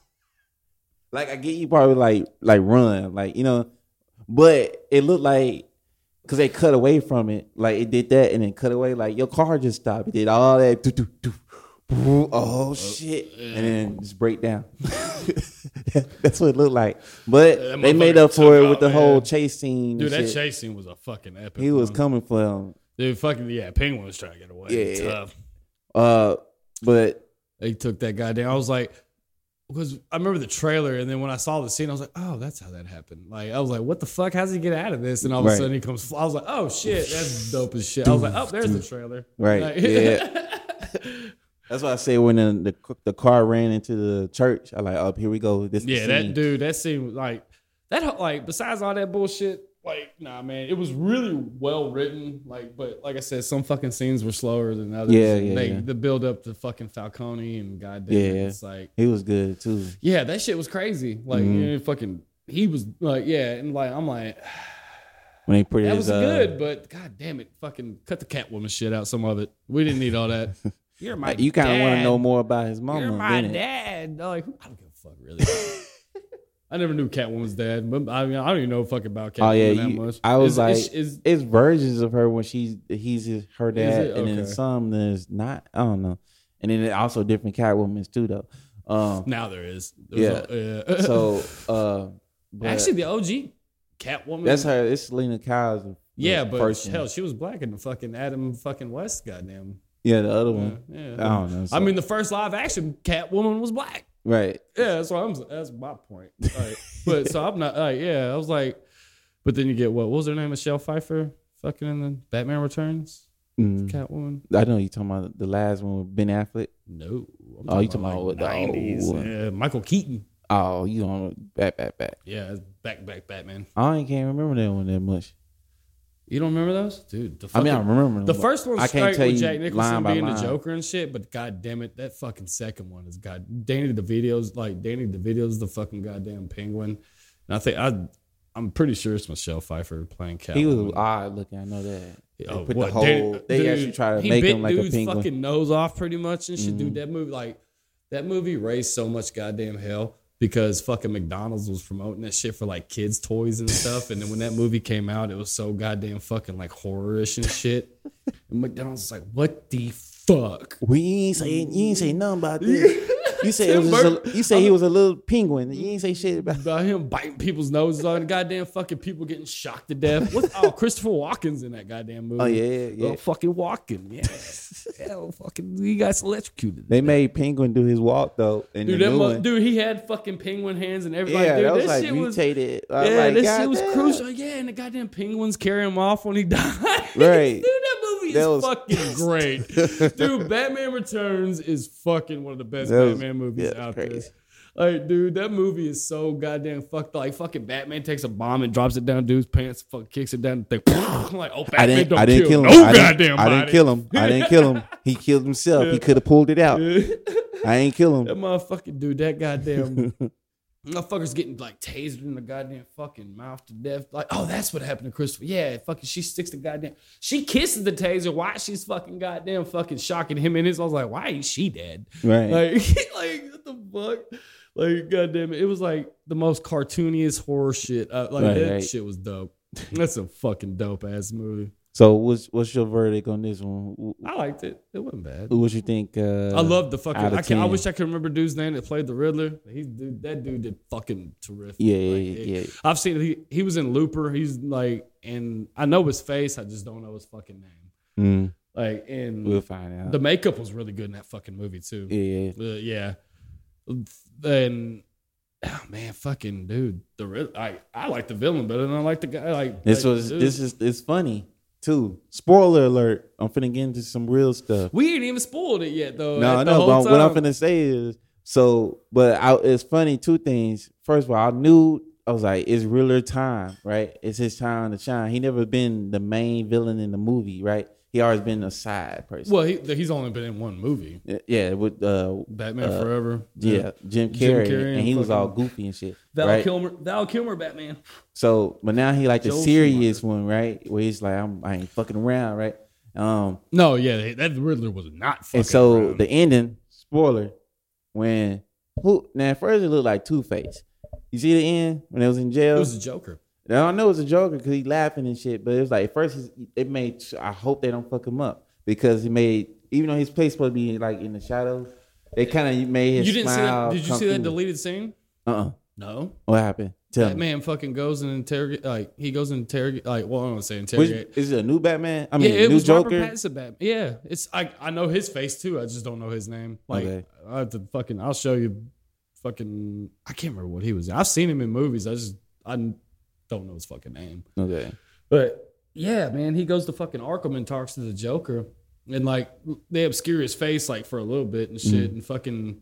B: Like I get you probably like like run like you know, but it looked like because they cut away from it like it did that and then cut away like your car just stopped. It did all that. Do, do, do. Oh shit! And then just break down. [LAUGHS] That's what it looked like, but
A: That
B: they made
A: motherfucker
B: up for it
A: took
B: with the
A: off,
B: whole
A: man.
B: chase scene.
A: Dude,
B: and
A: that
B: shit.
A: chase scene was a fucking epic.
B: he was
A: one.
B: coming for him.
A: Dude, fucking yeah, Penguin was trying to get away.
B: Yeah.
A: Tough.
B: Uh, but
A: They took that guy down. I was like, because I remember the trailer, and then when I saw the scene, I was like, "Oh, that's how that happened." Like, I was like, "What the fuck? How's he get out of this?" And all of
B: Right.
A: a sudden, he comes. fl- I was like, "Oh shit, that's dope as shit." I was like, "Oh, there's the trailer."
B: Right.
A: Like- [LAUGHS]
B: Yeah. That's why I say when the, the the car ran into the church, I like, oh, here we go. This
A: yeah,
B: the
A: that
B: scene.
A: dude. That scene was like that. ho- Like, besides all that bullshit, like, nah, man, it was really well written. Like, but like I said, some fucking scenes were slower than others.
B: Yeah, yeah,
A: They,
B: yeah.
A: The build up to fucking Falcone and goddamn,
B: Yeah.
A: yeah. it's like.
B: He was good too.
A: Yeah, that shit was crazy. Like,
B: Mhm.
A: you know, fucking, he was like, yeah, and like, I'm like,
B: When they put
A: that
B: his
A: was
B: uh,
A: good, but god damn it, fucking cut the Catwoman shit out. Some of it, we didn't need all
B: [LAUGHS]
A: that. You're my,
B: like, you kind of want to
A: dad.
B: know more about his mama.
A: You're my
B: didn't it?
A: dad. I'm like, I don't give a fuck, really. [LAUGHS] I never knew Catwoman's dad, but I mean, I don't even know fuck about Catwoman
B: Oh, yeah,
A: that
B: you-
A: much.
B: I was
A: Is-
B: like-
A: is, is,
B: It's versions of her when she's he's his, her dad,
A: it?
B: and then
A: Okay.
B: some there's not. I don't know. And then also different Catwoman's too though.
A: [LAUGHS]
B: Um,
A: now there is. There's a- yeah.
B: [LAUGHS] so uh,
A: [LAUGHS]
B: but
A: actually, the OG Catwoman.
B: that's her. It's Selena Kyle's.
A: yeah, but
B: person.
A: hell, she was black in the fucking Adam fucking West, goddamn.
B: yeah, the other
A: Yeah,
B: one.
A: yeah.
B: I don't know. so-
A: I mean, the first live action Catwoman was black.
B: right.
A: Yeah, that's what I'm. That's my
B: [LAUGHS]
A: point. Like, but so I'm not. Like, yeah, I was like, but then you get what? What was her name? Michelle Pfeiffer, fucking in the Batman Returns,
B: Mhm.
A: Mm. Catwoman.
B: I know you talking about the last one with Ben Affleck.
A: No. I'm
B: Oh, you talking about with the
A: like
B: old
A: 90s.
B: one.
A: Yeah, Michael Keaton.
B: Oh, you on back back back.
A: Yeah, that's back back Batman.
B: I ain't can't remember that one that much.
A: You don't remember those, dude? The
B: I mean, I
A: fucking-
B: remember
A: the
B: them, but
A: first one
B: I can't
A: straight
B: tell
A: with
B: you
A: Jack Nicholson
B: line by
A: being
B: line.
A: the Joker and shit, but god damn it, that fucking second one is god. Danny DeVito's like Danny DeVito's the fucking goddamn penguin, and I think I, I'm pretty sure it's Michelle Pfeiffer playing Catwoman.
B: He was odd looking. I know that. They
A: Oh,
B: put the
A: what,
B: whole.
A: Danny-
B: they
A: dude,
B: actually try to
A: he
B: make
A: bit
B: him like a
A: dude's
B: penguin. Mm-hmm.
A: fucking nose off pretty much and shit. Dude, that movie like that movie raised so much goddamn hell because fucking McDonald's was promoting that shit for like kids' toys and stuff. And then when that movie came out, it was so goddamn fucking like horror-ish and shit. And McDonald's was like, what the fuck?
B: we ain't say you ain't say nothing
A: [LAUGHS]
B: about this. you say it was
A: Tim
B: just a,
A: Burton-
B: you say he was a little penguin. You ain't say shit about. [LAUGHS]
A: About him biting people's noses on goddamn fucking people getting shocked to death. What's
B: [LAUGHS]
A: oh Christopher Walken's in that goddamn movie?
B: Oh yeah, yeah. yeah.
A: Oh, fucking Walken,
B: [LAUGHS]
A: yeah, yeah, oh, fucking, he got electrocuted.
B: They made penguin do his walk though, and
A: Dude,
B: the
A: that
B: new
A: mu-
B: one.
A: dude, he had fucking penguin hands and everything.
B: yeah,
A: dude,
B: that was
A: this
B: like
A: shit was, yeah,
B: mutated. Yeah,
A: this shit was crucial. Yeah, and the goddamn penguins carry him off when he [LAUGHS] died.
B: Right.
A: dude, that movie is
B: That was- [LAUGHS]
A: fucking great. dude, Batman Returns is fucking one of the best
B: That was-
A: Batman movies
B: yeah,
A: out
B: crazy.
A: there. Like, dude, that movie is so goddamn fucked. Like, fucking Batman takes a bomb and drops it down dude's pants, fucking kicks it down. They, [LAUGHS] I'm like, oh, Batman
B: I didn't.
A: don't
B: I didn't kill him.
A: No
B: I,
A: goddamn
B: didn't, I didn't
A: body.
B: kill him. I didn't kill him. He killed himself.
A: [LAUGHS]
B: He could have pulled it out. I ain't kill
A: That
B: him.
A: motherfucking dude, that
B: [LAUGHS]
A: goddamn motherfucker's getting like tasered in the goddamn fucking mouth to death. Like, oh, that's what happened to Christopher. Yeah, fucking, she sticks the goddamn. She kisses the taser. Why she's fucking goddamn fucking shocking him in his? I was like, why is she dead?
B: Right.
A: Like, [LAUGHS] like what the fuck? Like, goddamn, it. it was like the most cartooniest horror shit. Uh, like
B: Right,
A: that
B: right.
A: shit was dope. [LAUGHS] That's a fucking dope ass movie.
B: so what's what's your verdict on this one? Wh-
A: I liked it. It wasn't bad.
B: wh- What you think? Uh,
A: I love the fucking.
B: out of
A: I, can, I
B: 10.
A: wish I could remember dude's name that played the Riddler. He dude, that dude did fucking terrific.
B: Yeah, yeah,
A: Like,
B: yeah, yeah.
A: I've seen he he was in Looper. He's like, and I know his face. I just don't know his fucking name.
B: Mm,
A: Like, and
B: we'll find out.
A: the makeup was really good in that fucking movie too.
B: yeah, yeah.
A: Uh, yeah. And oh man, fucking dude, the Riddler. I I like the villain better than I like the guy. Like
B: This
A: like,
B: was
A: dude.
B: this is it's funny too. Spoiler alert! I'm finna get into some real stuff.
A: We ain't even spoiled it yet though.
B: No,
A: at the
B: no.
A: whole
B: But what I'm
A: time.
B: finna say is so. But I, it's funny. Two things. First of all, I knew I was like, it's realer time, right? It's his time to shine. He never been the main villain in the movie, right? He always been a side person.
A: Well, he, he's only been in one movie,
B: Yeah, with uh,
A: Batman
B: Uh,
A: Forever.
B: yeah, Jim
A: Jim
B: Carrey,
A: Carrey
B: and,
A: and
B: he was
A: fucking-
B: all goofy and shit,
A: Val
B: right?
A: Kilmer, Val Kilmer, Batman.
B: So, but now he like the
A: Joel
B: serious one, right? Where he's like, I'm, I ain't fucking around, right? Um,
A: No, yeah, that Riddler was not fucking.
B: and so
A: around.
B: the ending, spoiler, when who now at first it looked like Two Face. You see the end when it was in
A: it
B: jail.
A: was a Joker.
B: now I know it was a Joker because he laughing and shit, but it was like at first he's- it made. I hope they don't fuck him up because he made even though his place supposed to be like in the shadows, they kind of made his
A: you didn't see that?
B: smile.
A: Did you see that deleted scene?
B: Uh uh
A: No,
B: What happened? Tell me.
A: Batman fucking goes and interrogate. Like he goes and interrogate. Like well, I don't want to say
B: Which,
A: interrogate.
B: is it a new Batman? I
A: yeah,
B: mean,
A: it
B: new
A: was Robert
B: Joker.
A: Pattinson Batman. Yeah, it's I I know his face too. I just don't know his name. Like
B: Okay.
A: I have to fucking I'll show you fucking I can't remember what he was. in. I've seen him in movies. I just I don't know his fucking name.
B: Okay.
A: But yeah, man, he goes to fucking Arkham and talks to the Joker, and like they obscure his face like for a little bit and shit, and fucking.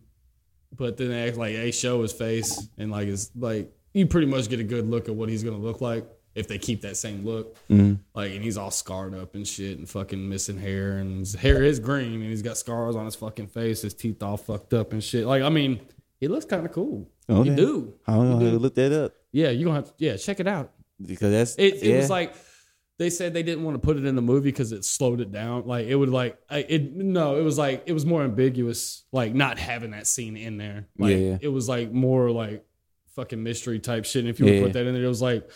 A: But then they act like they show his face, and like it's like you pretty much get a good look at what he's gonna look like if they keep that same look. Like, and he's all scarred up and shit, and fucking missing hair, and his hair is green, and he's got scars on his fucking face, his teeth all fucked up and shit. Like, I mean, he looks kind of cool.
B: Okay.
A: You do,
B: I don't know how to look that up
A: yeah. You gonna have to, yeah, check it out.
B: because that's
A: It, it
B: yeah.
A: was like they said they didn't want to put it in the movie because it slowed it down. Like it would like I, it no, it was like it was more ambiguous. Like not having that scene in there. Like
B: Yeah.
A: it was like more like fucking mystery type shit. And if you would
B: Yeah.
A: put that in there, it was like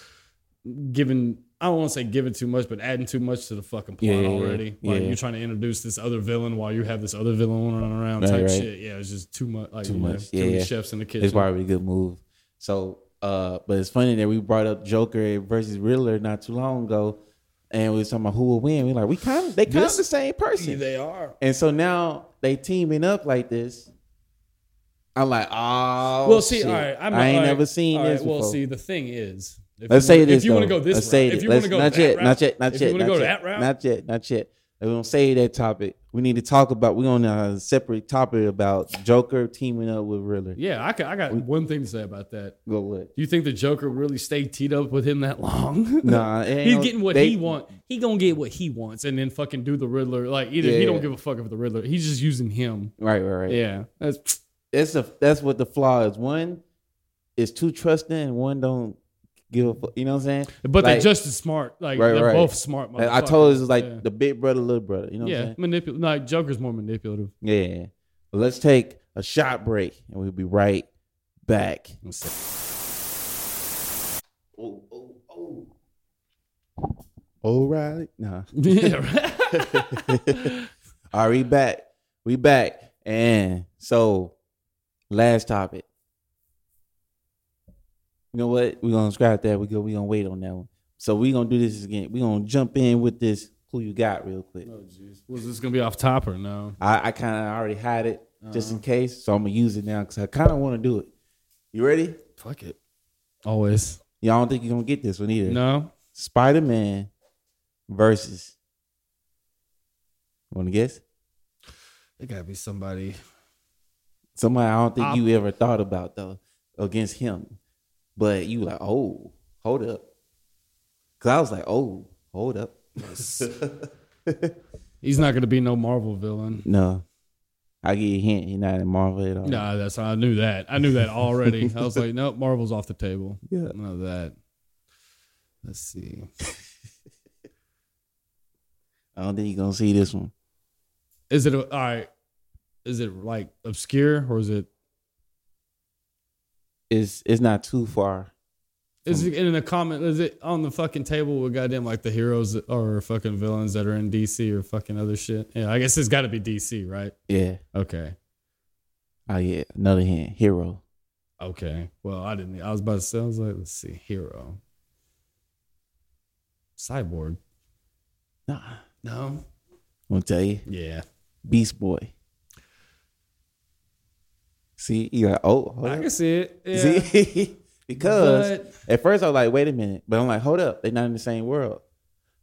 A: giving. I don't want to say giving too much, but adding too much to the fucking plot
B: Yeah, yeah, yeah.
A: already.
B: Yeah,
A: Like
B: yeah.
A: you're trying to introduce this other villain while you have this other villain running around
B: Right,
A: type
B: right.
A: shit. Yeah, it's just too much. Like,
B: Too
A: you know,
B: much.
A: Too
B: Yeah,
A: many
B: yeah.
A: chefs in the kitchen.
B: it's probably a good move. So, uh, but it's funny that we brought up Joker versus Riddler not too long ago, and we was talking about who will win. We like we kind of they kind of
A: This-
B: the same person.
A: they are.
B: And so now they teaming up like this. I'm like, oh,
A: Well, see,
B: shit.
A: all right, I'm
B: I ain't
A: all right,
B: never seen
A: all right,
B: this before.
A: Well, see, the thing is, if
B: Let's
A: you
B: say
A: wanna-
B: this.
A: If you want to
B: though.
A: go this
B: Let's
A: route,
B: say
A: if
B: it.
A: you want
B: Let's
A: to go
B: not
A: that
B: yet,
A: route,
B: not yet, not
A: if
B: yet,
A: you want to
B: not
A: go
B: yet,
A: that route,
B: not yet, not yet. We don't say that topic. We need to talk about. We on a separate topic about Joker teaming up with Riddler.
A: yeah, I, ca- I got one thing to say about that.
B: Go what?
A: Do you think the Joker really stayed teed up with him that long? [LAUGHS]
B: Nah, it ain't
A: he's
B: no-
A: getting what
B: they-
A: he want. He gonna get what he wants, and then fucking do the Riddler. Like either
B: Yeah,
A: he don't
B: yeah.
A: give a fuck if the Riddler. He's just using him.
B: Right, right, right.
A: Yeah, that's
B: That's the that's what the flaw is. One is too trusting, and one don't give. A, fu- you know what I'm saying?
A: but
B: Like,
A: they're just as smart. Like
B: Right,
A: they're
B: right.
A: both smart.
B: I told us it's like
A: motherfuckers.
B: the big brother, little brother. You know what
A: yeah,
B: I'm
A: yeah
B: saying?
A: manipulative. Like Joker's more
B: [LAUGHS]
A: manipulative. [LAUGHS]
B: Yeah. But let's take a shot break and we'll be right back. Oh, oh, oh. All right. Nah.
A: yeah, right.
B: Are we back? We back. And so, last topic. You know what? We're going to scrap that. We're going we gonna wait on that one. So, we're going to do this again. We're going to jump in with this who you got real quick.
A: Oh, Was this gonna be off top or no?
B: I, I kind of already had it just in case, so I'm gonna use it now because I kind of want to do it. You ready?
A: Fuck it. Always.
B: Y'all don't think you're gonna get this one either.
A: No.
B: Spider Man versus. Want to guess?
A: It gotta be somebody.
B: Somebody I don't think
A: I'm-
B: you ever thought about though against him, but you like, oh, hold up, because I was like, oh, hold up,
A: [LAUGHS] He's not gonna be no Marvel villain.
B: no. I give you a hint. You're not in Marvel at all.
A: Nah, that's I knew that. I knew that already. I was like, nope, Marvel's off the table.
B: Yeah.
A: None of that. Let's see.
B: I don't think you're gonna see this one.
A: Is it a, all right? Is it like obscure or is it
B: It's it's not too far.
A: is it in the comment? Is it on the fucking table with goddamn like the heroes or fucking villains that are in DC or fucking other shit? Yeah, I guess it's got to be DC, right?
B: Yeah.
A: Okay.
B: Oh yeah, another hint. Hero.
A: Okay. Well, I didn't. e, I was about to say. I was like, let's see, hero, cyborg.
B: Nah.
A: No.
B: I'm gonna tell you,
A: Yeah.
B: Beast Boy. See, you like, oh, hold
A: I
B: up.
A: can see it. Yeah.
B: see, [LAUGHS] because
A: But-
B: at first I was like, wait a minute, but I'm like, hold up, they're not in the same world.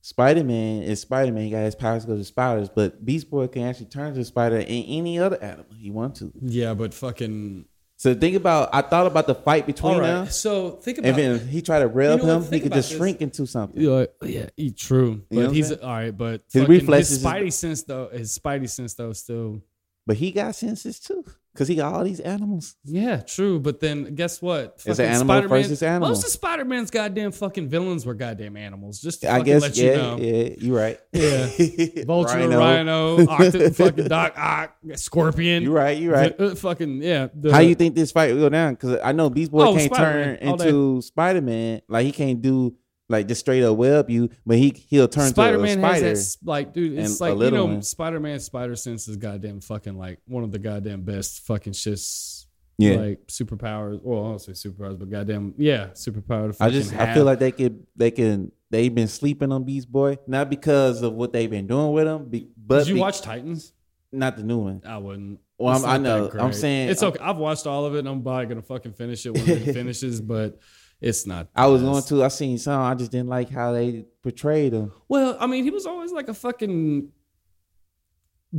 B: Spider Man is Spider Man. He got his powers to go to spiders, but Beast Boy can actually turn to a spider in any other animal he wants to.
A: Yeah, but fucking.
B: So think about, I thought about the fight between
A: All right.
B: them,
A: So think about.
B: and then he tried to rev
A: You know what?
B: him. He
A: Think
B: could
A: about
B: just
A: this.
B: shrink into something.
A: You're like, yeah, he, true. But
B: know what I'm
A: he's
B: saying?
A: all right. But
B: His
A: fucking-
B: reflexes is-
A: his spidey sense though, his spidey sense though, is still.
B: But he got senses too, because he got all these animals.
A: Yeah, true. But then guess what?
B: It's
A: Fucking
B: an animal
A: Spider-Man-
B: versus animal.
A: Most of Spider Man's goddamn fucking villains were goddamn animals. Just to
B: I
A: fucking
B: guess,
A: let
B: yeah,
A: you know.
B: yeah, you're right.
A: Yeah.
B: [LAUGHS]
A: Vulture, Rhino, Octo, fucking Doc Ock, Scorpion.
B: You're right. You're right.
A: Uh, fucking yeah. the-
B: How you think this fight will go down? Because I know Beast Boy
A: Oh,
B: can't
A: Spider-Man,
B: turn
A: all day.
B: into Spider Man. Like he can't do like just straight up web you, but he he'll turn
A: Spider-Man
B: to a spider.
A: has that s- like, dude,
B: and
A: it's
B: a
A: like you
B: little
A: know,
B: one.
A: Spider-Man spider sense is goddamn fucking like one of the goddamn best fucking shits.
B: yeah,
A: Like superpowers. Well, I don't say superpowers, but goddamn, yeah, superpower. To
B: I just
A: fucking
B: I feel
A: have.
B: like they could they can they've been sleeping on Beast Boy not because of what they've been doing with him, be, but
A: Did you
B: be-
A: watch Titans?
B: Not the new one.
A: I wouldn't.
B: Well,
A: It's
B: I'm- I
A: not that
B: know. I'm
A: great.
B: saying-
A: it's okay. I've watched all of it. and I'm probably gonna fucking finish it when
B: [LAUGHS]
A: it finishes, but it's not.
B: I was
A: the
B: going
A: best.
B: to. I seen some. I just didn't like how they portrayed him.
A: Well, I mean, he was always like a fucking.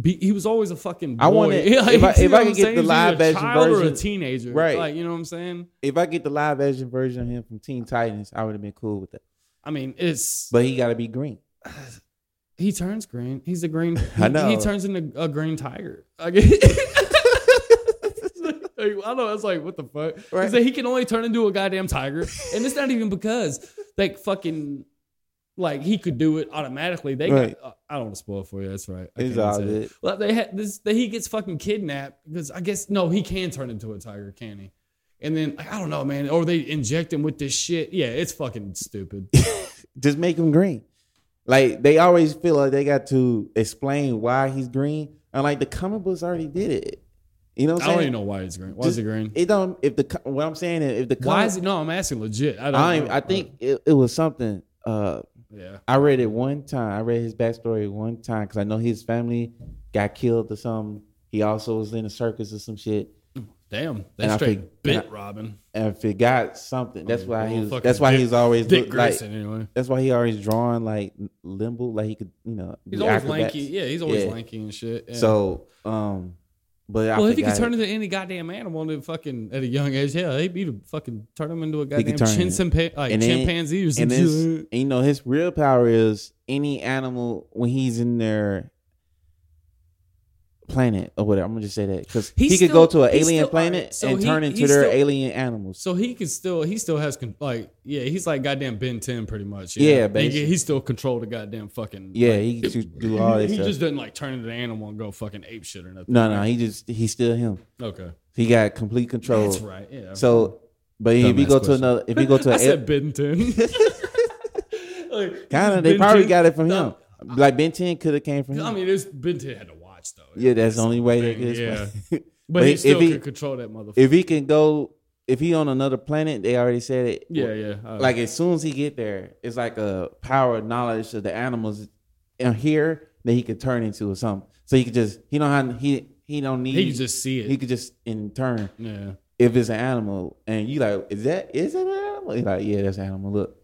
A: Be, he was always a fucking. Boy. [LAUGHS]
B: I wanna- if I- if I could get the live
A: a
B: action
A: child or a
B: version-
A: teenager,
B: Right.
A: Like you know what I'm saying.
B: If I get the live action version of him from Teen Titans, I would have been cool with that.
A: I mean, it's
B: But he got to be green.
A: he turns green. He's a
B: [LAUGHS]
A: green.
B: I
A: he- He
B: know.
A: turns into a green
B: [LAUGHS]
A: tiger. Like, [LAUGHS] like, I know. It's like what the fuck.
B: Right.
A: It's like he can only turn into a goddamn tiger, and it's not even because like fucking. Like he could do it automatically. They
B: Right.
A: got. uh, I don't want to spoil it for you. That's right. I
B: It's
A: can't
B: all
A: say it.
B: good.
A: Well, they had this that he gets fucking kidnapped because I guess no, he can turn into a tiger, can he? And then like, I don't know, man. Or they inject him with this shit. Yeah, it's fucking
B: [LAUGHS]
A: stupid.
B: Just make him green. Like they always feel like they got to explain why he's green. And like the comic books already did it. You know what
A: I
B: I'm saying?
A: don't even know why it's green. Why is
B: Just-
A: it green?
B: It don't. If the co- what I'm saying is if the
A: Why
B: comic-
A: is it? No, I'm asking legit. I don't.
B: I
A: know.
B: don't- I think it, it was something. Uh,
A: Yeah.
B: I read it one time. I read his backstory one time because I know his family got killed or something. He also was in a circus or some shit,
A: Damn. They
B: And I
A: straight
B: think-
A: bit
B: and I-
A: Robin.
B: and I forgot something. That's why he
A: Well,
B: was.
A: fucking
B: That's why
A: Dick-
B: he's always
A: Dick
B: looked like.
A: Grayson, anyway.
B: That's why he always drawn like limbo, like he could, you know.
A: He's
B: do
A: always
B: acrobats.
A: lanky. Yeah, he's always
B: Yeah.
A: lanky and shit. Yeah.
B: So, um, but I
A: well, if he could
B: forgot
A: turn
B: it.
A: into any goddamn animal at fucking at a young age, hell, he'd be to fucking turn him into a goddamn
B: turn it.
A: chimpanzee, like
B: And then-
A: chimpanzee or
B: and,
A: something.
B: his, and you know his real power is any animal when he's in their planet or whatever. I'm gonna just say that because he
A: He's
B: could go to
A: still-
B: an
A: he's
B: alien
A: still-
B: planet
A: so
B: and
A: he-
B: turn into
A: he's
B: their
A: still-
B: alien animals.
A: So he can still, he still has con- like, yeah, he's like goddamn Ben Ten, pretty much.
B: Yeah,
A: He can-
B: basically.
A: he, still control the goddamn fucking.
B: Yeah, he could do all
A: he
B: this stuff.
A: just doesn't like turn into an animal and go fucking ape shit or nothing.
B: no, no, he just he's still him.
A: Okay,
B: He got complete control.
A: that's right. Yeah.
B: So, but if we
A: Dumbass
B: go to
A: question.
B: another, if we go to
A: [LAUGHS] I
B: an
A: said Ben
B: [LAUGHS]
A: Ten. like,
B: kind of, they
A: Ben
B: probably
A: 10
B: got it from him.
A: No,
B: Like Ben 10 could have came from him.
A: I mean, it's Ben Ten had to watch though.
B: yeah, that's the only way they
A: thing,
B: could.
A: yeah.
B: [LAUGHS] explain.
A: but he
B: if
A: still
B: he-
A: could control that motherfucker.
B: if he can go, if he on another planet, they already said it.
A: yeah, yeah. uh,
B: like as soon as he get there, it's like a power of knowledge of the animals in here that he could turn into or something. So he could just he don't have he he don't need
A: he could just see it.
B: he could just in turn
A: yeah.
B: if it's an animal and you like is that is it an animal? He like yeah that's an animal. Look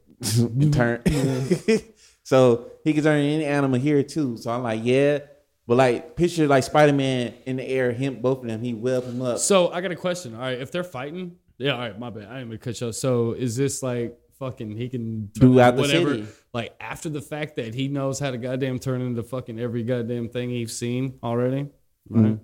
B: [LAUGHS] turn. [LAUGHS] so he could turn any animal here too. So I'm like yeah, but like picture like Spider Man in the air, him both of them. He web him up.
A: So I got a question. All right, if they're fighting, yeah. All right, my bad. I didn't even cut you. off. So is this like fucking? He can
B: Do
A: turn
B: out the
A: whatever.
B: city.
A: Like after the fact that he knows how to goddamn turn into fucking every goddamn thing he's seen already.
B: Mm-hmm.
A: Right?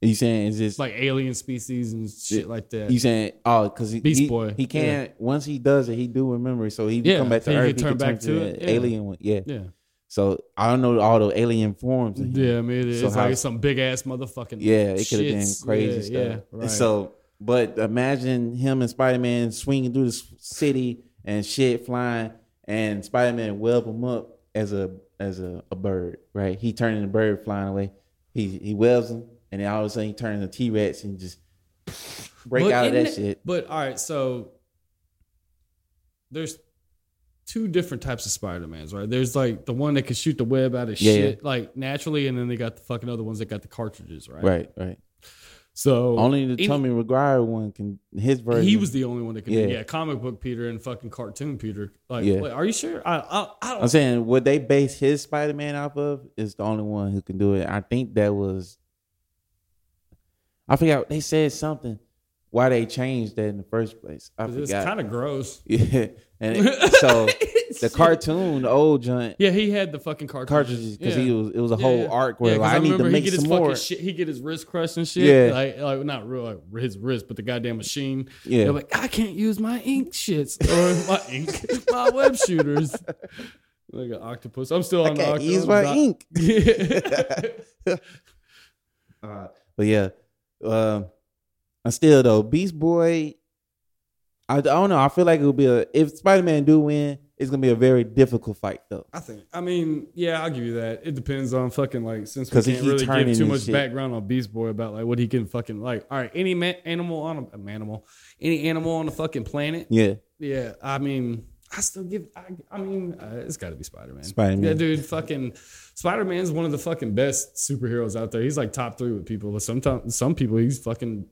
B: You saying is this
A: It's like alien species and shit like that.
B: You saying oh, because he,
A: Beast
B: he-
A: Boy,
B: he can't once he does it, he do remember. it, So he
A: Yeah,
B: come back to
A: he
B: Earth,
A: can
B: he
A: turn
B: can
A: back to
B: turn
A: it,
B: to
A: yeah.
B: an alien one. Yeah.
A: yeah.
B: So I don't know all the alien forms. in him.
A: Yeah, I mean, it's
B: So how-
A: like some big ass motherfucking.
B: Yeah, it could have been
A: shits.
B: crazy
A: Yeah,
B: stuff.
A: Yeah,
B: And
A: right.
B: So, but imagine him and Spider Man swinging through the s- city and shit flying, and Spider Man web him up as a as a, a bird. Right? He turning the bird flying away. He he webs him, and then all of a sudden he turns into T Rex and just break
A: But
B: out of
A: isn't
B: that
A: it-
B: shit.
A: But all right, so there's two different types of Spider Mans, right? There's like the one that can shoot the web out of
B: Yeah,
A: shit, like naturally, and then they got the fucking other ones that got the cartridges, right?
B: Right, right.
A: So
B: Only the
A: any-
B: Tommy McGuire one can his version.
A: He was the only one that could
B: Yeah.
A: do yeah, comic book Peter and fucking cartoon Peter. Like,
B: Yeah.
A: wait, are you sure? I I, I don't
B: I'm saying what they base his Spider Man off of is the only one who can do it. I think that was. I forgot they said something. Why they changed that in the first place? I
A: It's
B: forgot.
A: kind of gross.
B: yeah, [LAUGHS] and it- so
A: [LAUGHS]
B: the cartoon, the old joint
A: Yeah, he had the fucking cartridges.
B: cartridges, because he
A: Yeah.
B: was it was a
A: Yeah,
B: whole
A: yeah.
B: arc where
A: Yeah, 'cause
B: like, I, need to
A: remember
B: make
A: he get
B: some
A: his fucking
B: more.
A: Shit, he get his wrist crushed and shit.
B: Yeah.
A: like, like not real like his wrist, but the goddamn machine.
B: Yeah.
A: They're like, I can't use my ink shits or my [LAUGHS] ink, my web shooters. [LAUGHS] Like an octopus. I'm still on
B: I
A: the
B: can't
A: octopus.
B: use my
A: doc-
B: ink.
A: [LAUGHS] Yeah.
B: [LAUGHS] Uh, but yeah, um, I still though Beast Boy. I, I don't know. I feel like it would be a if Spider Man do win, it's gonna be a very difficult fight though.
A: I think. I mean, yeah, I'll give you that. It depends on fucking like since we
B: 'Cause he
A: can't
B: keep
A: really
B: turning
A: give too
B: and
A: much
B: shit.
A: background on Beast Boy about like what he can fucking like. All right, any ma- animal on a, a manimal, any animal on the fucking planet
B: Yeah,
A: Yeah, I mean, I still give. I, I mean, uh, it's got to be Spider Man.
B: Spider-Man.
A: Yeah, dude. Fucking Spider Man's one of the fucking best superheroes out there. He's like top three with people, but sometimes some people he's fucking.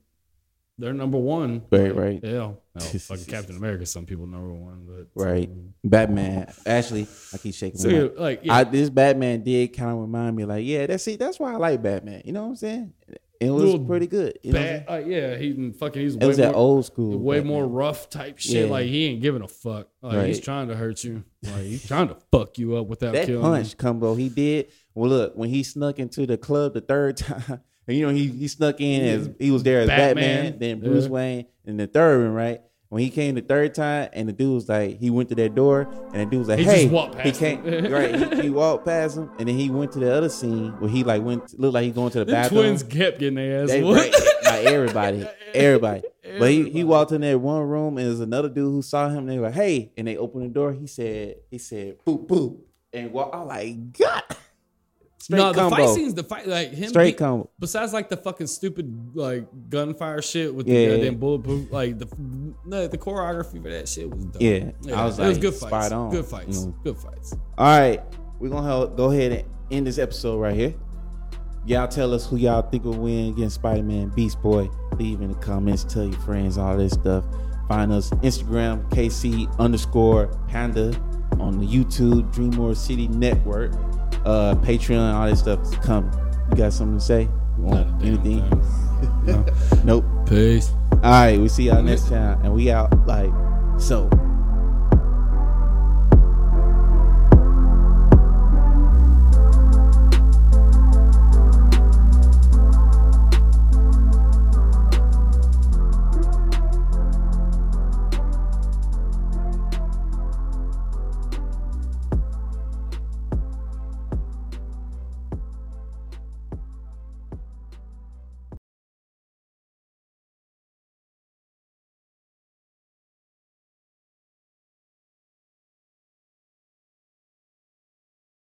A: They're number one.
B: Right, right.
A: Yeah.
B: [LAUGHS]
A: No, fucking Captain America. Some people number one, but
B: Right. Batman. Actually, I keep shaking
A: So
B: my
A: yeah,
B: head.
A: like yeah,
B: I, this Batman did kind of remind me, like, yeah, that's it. That's why I like Batman. You know what I'm saying? It was
A: Little
B: pretty good. You know what I'm
A: bad, uh, yeah. He and fucking he's
B: saying? it
A: way
B: was that
A: more,
B: old school.
A: way
B: Batman.
A: more rough type shit.
B: Yeah.
A: Like he ain't giving a fuck. Like he's
B: Right.
A: trying to hurt you. Like he's trying to fuck you up without
B: that
A: killing.
B: punch combo he did. Well, look, when he snuck into the club the third [LAUGHS] time, and you know he, he snuck in as he was there as Batman,
A: Batman,
B: then Bruce
A: yeah.
B: Wayne, and the third one, right? When he came the third time, and the dude was like, he went to that door, and the dude was like,
A: He just
B: hey,
A: walked
B: he
A: past
B: can't,
A: him. [LAUGHS]
B: right? He, he walked past him, and then he went to the other scene where he like went looked like he going to the,
A: The
B: bathroom.
A: twins kept getting their ass
B: They
A: whooped.
B: right,
A: [LAUGHS]
B: like everybody, everybody. But he, he walked in that one room and there's another dude who saw him. And they were like, "Hey!" And they opened the door. He said, "He said, boop boop." And walk, I'm like, "God!" Straight
A: no,
B: combo,
A: the fight scenes, the fight like him.
B: straight
A: be-
B: combo.
A: Besides, like the fucking stupid like gunfire shit with
B: Yeah.
A: the goddamn bulletproof, like the no, the choreography for that shit was dope.
B: Yeah, I was
A: it was
B: like,
A: good
B: spot
A: fights,
B: on,
A: good fights,
B: you know.
A: good fights.
B: All right, we're gonna help, go ahead and end this episode right here. Y'all tell us who y'all think will win against Spider Man, Beast Boy. Leave in the comments, tell your friends, all this stuff. Find us Instagram, KC underscore Panda on the YouTube, Dreamworld City Network, uh, Patreon, all this stuff is coming. You got something to say? You want
A: Not a damn
B: anything?
A: thing. No. [LAUGHS]
B: Nope.
A: Peace.
B: All right, we see y'all next time, and we out like so.